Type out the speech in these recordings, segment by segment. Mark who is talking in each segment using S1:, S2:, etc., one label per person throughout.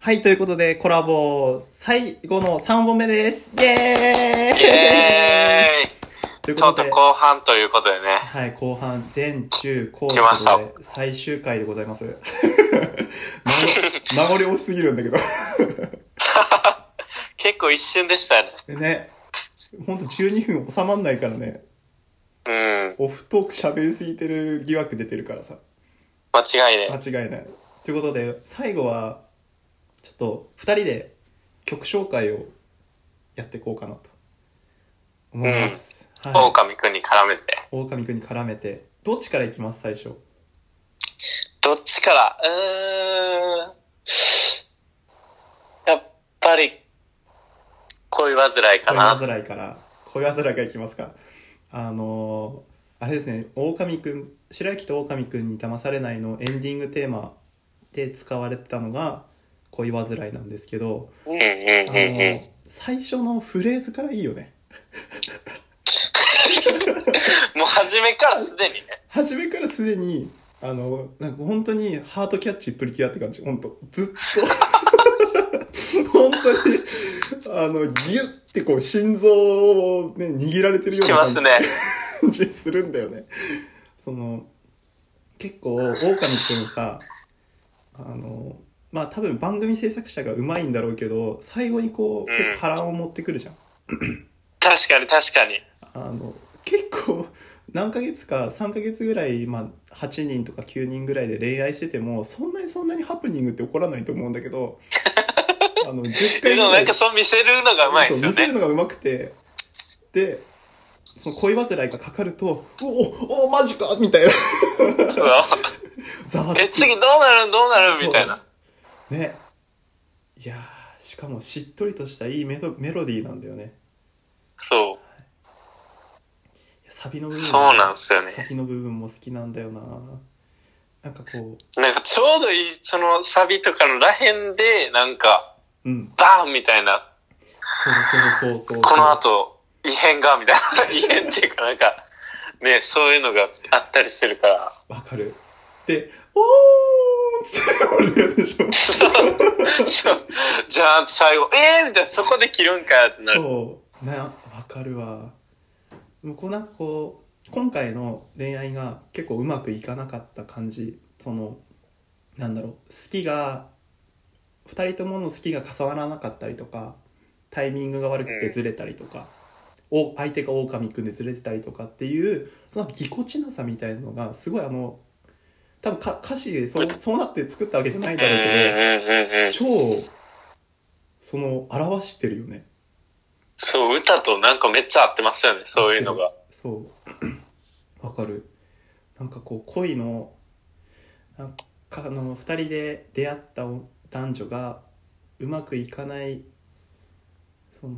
S1: はい、ということで、コラボ、最後の3本目です。イエーイ
S2: イエ
S1: とい
S2: ー
S1: う
S2: イち
S1: こ
S2: ょっ
S1: と
S2: と
S1: で、
S2: 後半ということでね。
S1: はい、後半、全中後
S2: 来ました
S1: 半で最終回でございます。名 残名残惜しすぎるんだけど。
S2: 結構一瞬でしたよ
S1: ね、ほんと12分収まんないからね、
S2: ね。うん。
S1: オフトーク喋りすぎてる疑惑出てるからさ。
S2: 間違いね。
S1: 間違いない。ということで、最後は、ちょっと、二人で曲紹介をやっていこうかなと思います。はい。
S2: 狼くんに絡めて。
S1: 狼くんに絡めて、どっちからいきます、最初。
S2: どっちからうーん。やっぱり、恋煩いか
S1: 恋
S2: な。
S1: 煩いから、恋煩いからいきますか。あのーあれですね、狼くん、白雪と狼くんに騙されないのエンディングテーマで使われてたのが、恋煩いなんですけど、
S2: うんうんうんうん。
S1: あのー最初のフレーズからいいよね。
S2: もう初めからすでにね。
S1: 初めからすでにあのなんか本当にハートキャッチプリキュアって感じ本当ずっ と本当にあのギュッてこう心臓をね握られてるよ
S2: 聞きます
S1: うな
S2: ね。
S1: 感じするんだよねその結構オオカミくんさあのまあ多分番組制作者がうまいんだろうけど最後にこう
S2: うん
S1: 結構波乱を持ってくるじゃん
S2: 確かに確かに。
S1: あの結構何ヶ月か3ヶ月ぐらい、まあ、8人とか9人ぐらいで恋愛しててもそんなにそんなにハプニングって起こらないと思うんだけ どあの10
S2: で
S1: 回ぐ
S2: も
S1: ら
S2: なん
S1: い
S2: かそう見せるのがうまいで
S1: そう見
S2: す
S1: せ
S2: よ
S1: る
S2: ね。
S1: のがうまくてでその恋煩いがかかると「おおおマジか!」みたいな
S2: そう
S1: ざわ
S2: え、
S1: つく
S2: 次どうなるんどうなるみたいな。
S1: ねいやーしかもしっとりとしたいいメロメロディーなんだよね
S2: そ
S1: いやサビの
S2: う。
S1: 部分
S2: そうなんですよね。
S1: サビの部分も好きなんだよななんかこ
S2: なんかちょうどいい、そのサビとかのらへんで、なんか、
S1: ううん
S2: バーンみたいな、
S1: そうそうそうそう。
S2: この後、異変が、みたいな、異 変っていうかなんか、ね、そういうのがあったりするから、
S1: わかる。で、おーんって俺でしょ。
S2: そうじゃあ最後、えーみたいな、そこで切るんかってなる。
S1: そう。な、わかるわ。もうこうなんかこう、今回の恋愛が結構うまくいかなかった感じ。その、なんだろう、好きが、二人ともの好きが重ならなかったりとか、タイミングが悪くてずれたりとか、お相手が狼くんでずれてたりとかっていう、そのぎこちなさみたいなのが、すごいあの、多分か歌詞でそうそうなって作ったわけじゃないだ
S2: うんう
S1: ろ
S2: ん
S1: うけど、
S2: うんうん。
S1: 超その表してるよね
S2: そう、歌となんかめっちゃ合ってますよね、そういうのが。
S1: そう わかるなんかこう恋のなんかあの2人で出会ったお男女がうまくいかないその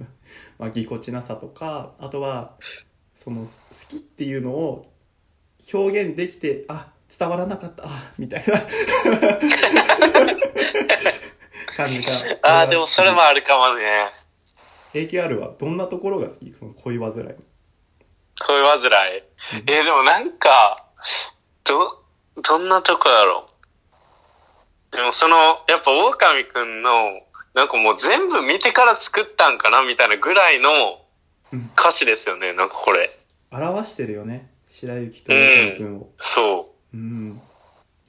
S1: まあぎこちなさとかあとはその好きっていうのを表現できてあ伝わらなかったあみたいな 感じが
S2: ああ、でもそれもあるかもね。
S1: AKR はどんなところが好きその恋煩いの
S2: 恋煩い。えーでもなんか、ど、どんなとこだろう。でもその、やっぱ狼くんの、なんかもう全部見てから作ったんかなみたいなぐらいの
S1: うん
S2: 歌詞ですよね、なんかこれ。
S1: 表してるよね白雪と大君を
S2: そう。
S1: うん、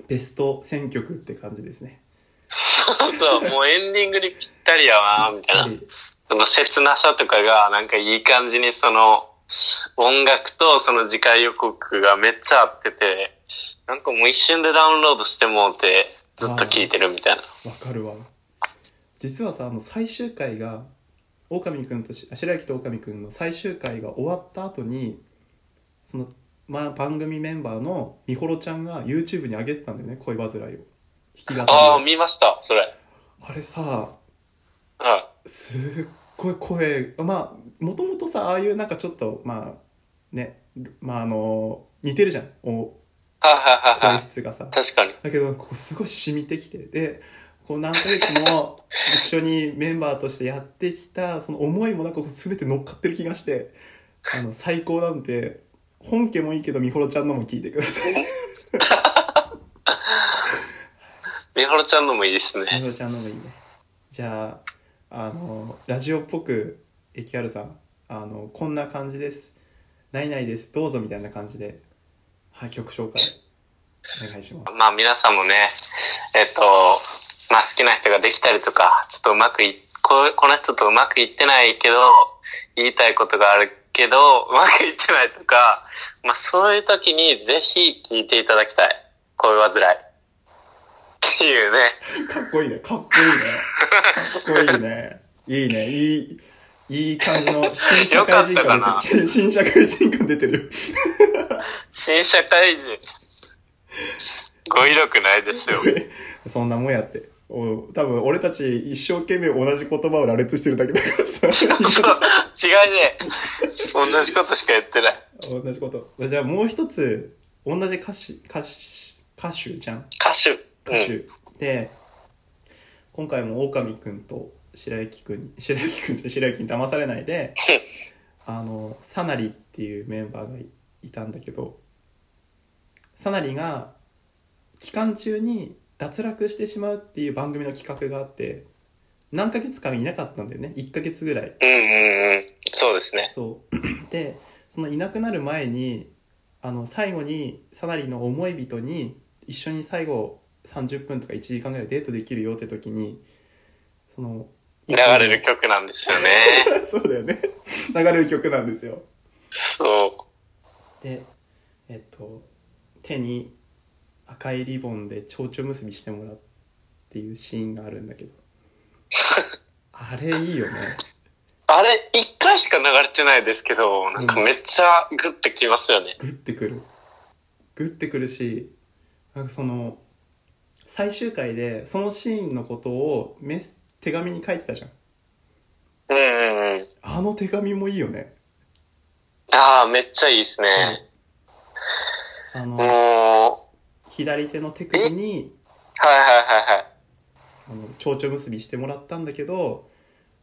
S1: ベスト選曲って感じですね
S2: そう そう、もうエンディングにぴったりやわ、みたいな。その切なさとかが、なんかいい感じにその、音楽とその次回予告がめっちゃ合ってて、なんかもう一瞬でダウンロードしてもうて、ずっと聴いてるみたいな。
S1: わかるわ実はさあの最終回が狼くんとしあ白雪と狼くんの最終回が終わった後にその、まあ、番組メンバーのみほろちゃんが YouTube に上げてたんだよね恋煩いを弾き語りを
S2: ああ、見ました、それ。
S1: あれさ
S2: うん。うん
S1: すっごい声まあもともとさああいうなんかちょっとまあねまああの似てるじゃんお
S2: はいはいはい
S1: 声
S2: はい。
S1: 質がさ
S2: 確かに。
S1: だけどこうすごい染みてきてでこう何ヶ月も一緒にメンバーとしてやってきたその思いもなんかこう全て乗っかってる気がしてあの最高なんで本家もいいけどみほろちゃんのも聞いてください
S2: みほろちゃんのもいいですね。
S1: みほろちゃんのもいいね。じゃあ、あの、ラジオっぽく、AQR さん、あの、こんな感じです。ないないです。どうぞみたいな感じで、はい、曲紹介、お願いします。
S2: まあ皆さんもね、えっと、まあ好きな人ができたりとか、ちょっとうまくい、ここの人とうまくいってないけど、言いたいことがあるけど、うまくいってないとか、まあそういう時にぜひ聞いていただきたい。恋煩い。っていうね。
S1: かっこいいね。かっこいいね。かっこいいね。いいね。いい、いい感じの新社会人
S2: よか
S1: 感
S2: っ
S1: 出てる。新社会人感出てる。
S2: 新社会人。語彙力ないで すよ。
S1: そんなもんやって。お多分俺たち一生懸命同じ言葉を羅列してるだけだからさ。
S2: そう違いね。同じことしか言ってない。
S1: 同じこと。じゃあもう一つ、同じ歌手、歌手、歌手じゃん。
S2: 歌手。
S1: 歌手。
S2: うん。
S1: で、今回も狼くんと白雪くんに、白雪くんじゃ白雪に騙されない で、あの、サナリっていうメンバーがいいたんだけど、サナリが期間中に脱落してしまうっていう番組の企画があって、何ヶ月間いなかったんだよね。1ヶ月ぐらい。
S2: うんうんうん。そうですね。
S1: そうでそのいなくなる前にあの最後にサナリの思い人に一緒に最後30分とか1時間ぐらいデートできるよって時にその
S2: 流れる曲なんですよね。
S1: そうだよね流れる曲なんですよ
S2: そ
S1: でえっと手に赤いリボンで蝶々結びしてもらうっていうシーンがあるんだ けどあれいいよね
S2: う。あれ、一回しか流れてないですけど、なんかめっちゃグッてきますよね。
S1: グッてくるグッてくるしなんかその最終回でそのシーンのことをメス手紙に書いてたじゃん
S2: うんうんうん。
S1: あの手紙もいいよね
S2: ああ、めっちゃいいですね。
S1: あ
S2: も
S1: の
S2: う、は
S1: 左手の手首に
S2: いはいはいはい。
S1: あの蝶々結びしてもらったんだけど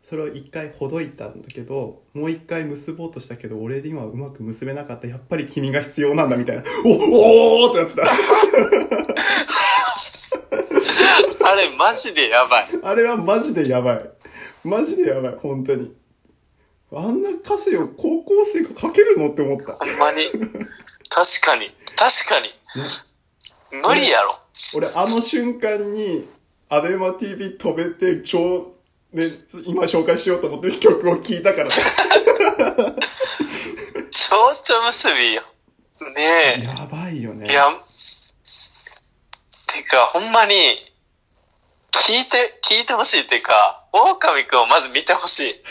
S1: それを一回ほどいたんだけどもう一回結ぼうとしたけど俺今はうまく結べなかったやっぱり君が必要なんだみたいなおおーってなってた
S2: あれ、マジでやばい。
S1: あれはマジでやばい。マジでやばい、本当に。あんな歌詞を高校生が書けるのって思った。
S2: ほんまに。確かに。確かに。無理やろ。
S1: 俺、あの瞬間に、アベマ TV 飛べて、超、ね、今紹介しようと思ってる曲を聴いたから。
S2: 蝶々結びよ。ね
S1: やばいよね。
S2: え。いや、てか、ほんまに、聞いて、聞いてほしいっていうか、狼くんをまず見てほし い。と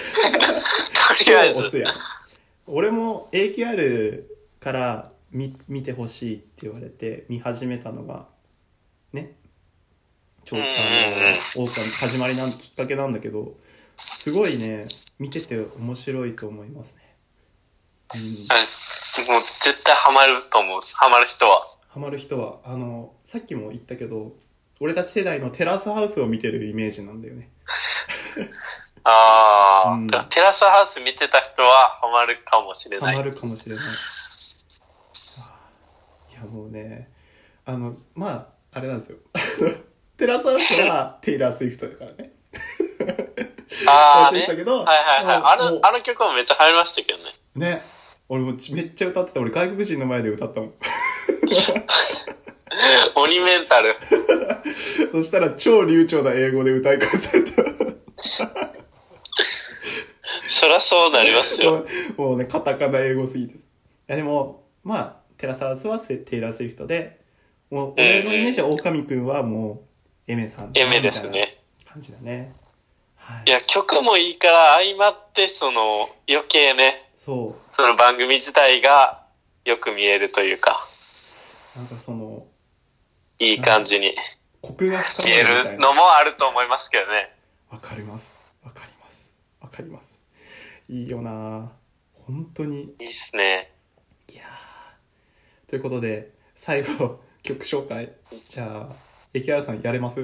S2: りあえ
S1: 超オス
S2: ず。
S1: やん俺も AQR から見見てほしいって言われて見始めたのがね超あ
S2: うんうん
S1: の狼始まりなんきっかけなんだけどすごいね見てて面白いと思いますねうん
S2: もう絶対ハマると思う。ハマる人は。
S1: ハマる人はあのさっきも言ったけど俺たち世代のテラスハウスを見てるイメージなんだよね
S2: ああ、
S1: うん
S2: だからテラスハウス見てた人はハマるかもしれな
S1: ハ
S2: い。
S1: マるかもしれない。いやもうね、あの、まあ、あれなんですよ。 テラスハウスはテイラー・スウィフトだからね。
S2: ああ、ね。
S1: 忘れてたけ
S2: はいはい
S1: ど
S2: はい。あ
S1: もう
S2: の、あの曲もめっちゃ入りましたけどね。
S1: ね。俺もちめっちゃ歌ってた。俺外国人の前で歌ったもん。
S2: 鬼メンタル。
S1: そしたら超流暢な英語で歌い返された。
S2: そりゃそうなりますよ。
S1: もうね、カタカナ英語すぎてさ。いやでも、まあ、テラスハウスはテイラー・スウィフトで、もう俺のイメージは狼くんはもう、エメさん。
S2: エメです。ね。
S1: 感じだね。はい
S2: い。や、曲もいいから相まって、その、余計ね、
S1: そう。
S2: その番組自体がよく見えるというか、
S1: なんかその、
S2: いい感じに
S1: コクが
S2: 見
S1: 深まるみ
S2: え
S1: たい
S2: る
S1: な。
S2: のもあると思いますけどね。
S1: わかります。わかります。わかります。いいよなぁ本当に。
S2: いいっすね。
S1: いやぁということで、最後、曲紹介。じゃあ、駅原さんやれます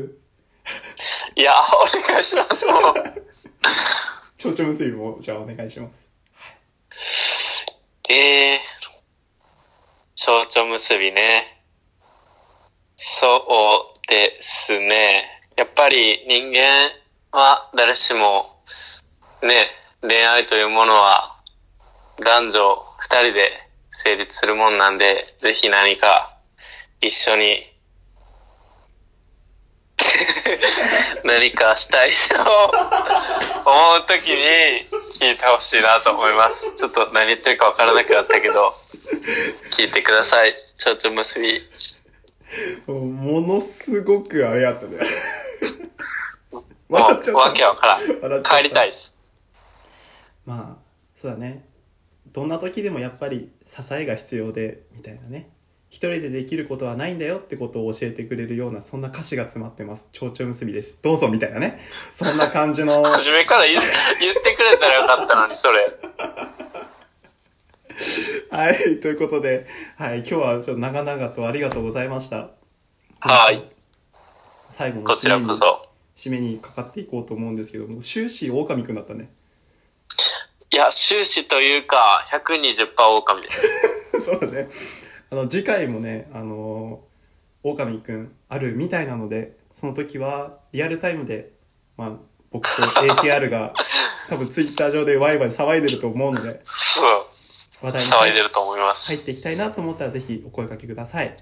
S2: いや、お願いします。もう
S1: 蝶々結びも、じゃあお願いします。
S2: ええー。蝶々結びね。そう、ですね。やっぱり人間は誰しもね、恋愛というものは男女二人で成立するもんなんで、ぜひ何か一緒に 何かしたいと思うときに聞いてほしいなと思います。ちょっと何言ってるかわからなくなったけど、聞いてください。ちょうちょ結び。
S1: ものすごくあれやったね。
S2: も
S1: 笑っちゃった
S2: う、わけわから
S1: 笑っ
S2: ん。
S1: ちゃった
S2: 帰りたいです。
S1: まあそうだねどんな時でもやっぱり支えが必要でみたいなね一人でできることはないんだよってことを教えてくれるようなそんな歌詞が詰まってます「蝶々結びですどうぞ」みたいなねそんな感じ の
S2: 初めから言う言ってくれたらよかったのに、それ。
S1: はいということで、はい、今日はちょっと長々とありがとうございました
S2: はい。
S1: 最後の
S2: こち
S1: 締
S2: ら
S1: めに
S2: こそ。
S1: 締めにかかっていこうと思うんですけども終始狼くんだったね
S2: いや、終始というか、120%狼です。
S1: そうだねあの次回もねあの狼くんあるみたいなのでその時はリアルタイムで、まあ、僕と ATR が多分ツイッター上でワイワイ騒いでると思うので
S2: そう。
S1: 話題に
S2: 騒いでると思います。
S1: 入っていきたいなと思ったらぜひお声掛けください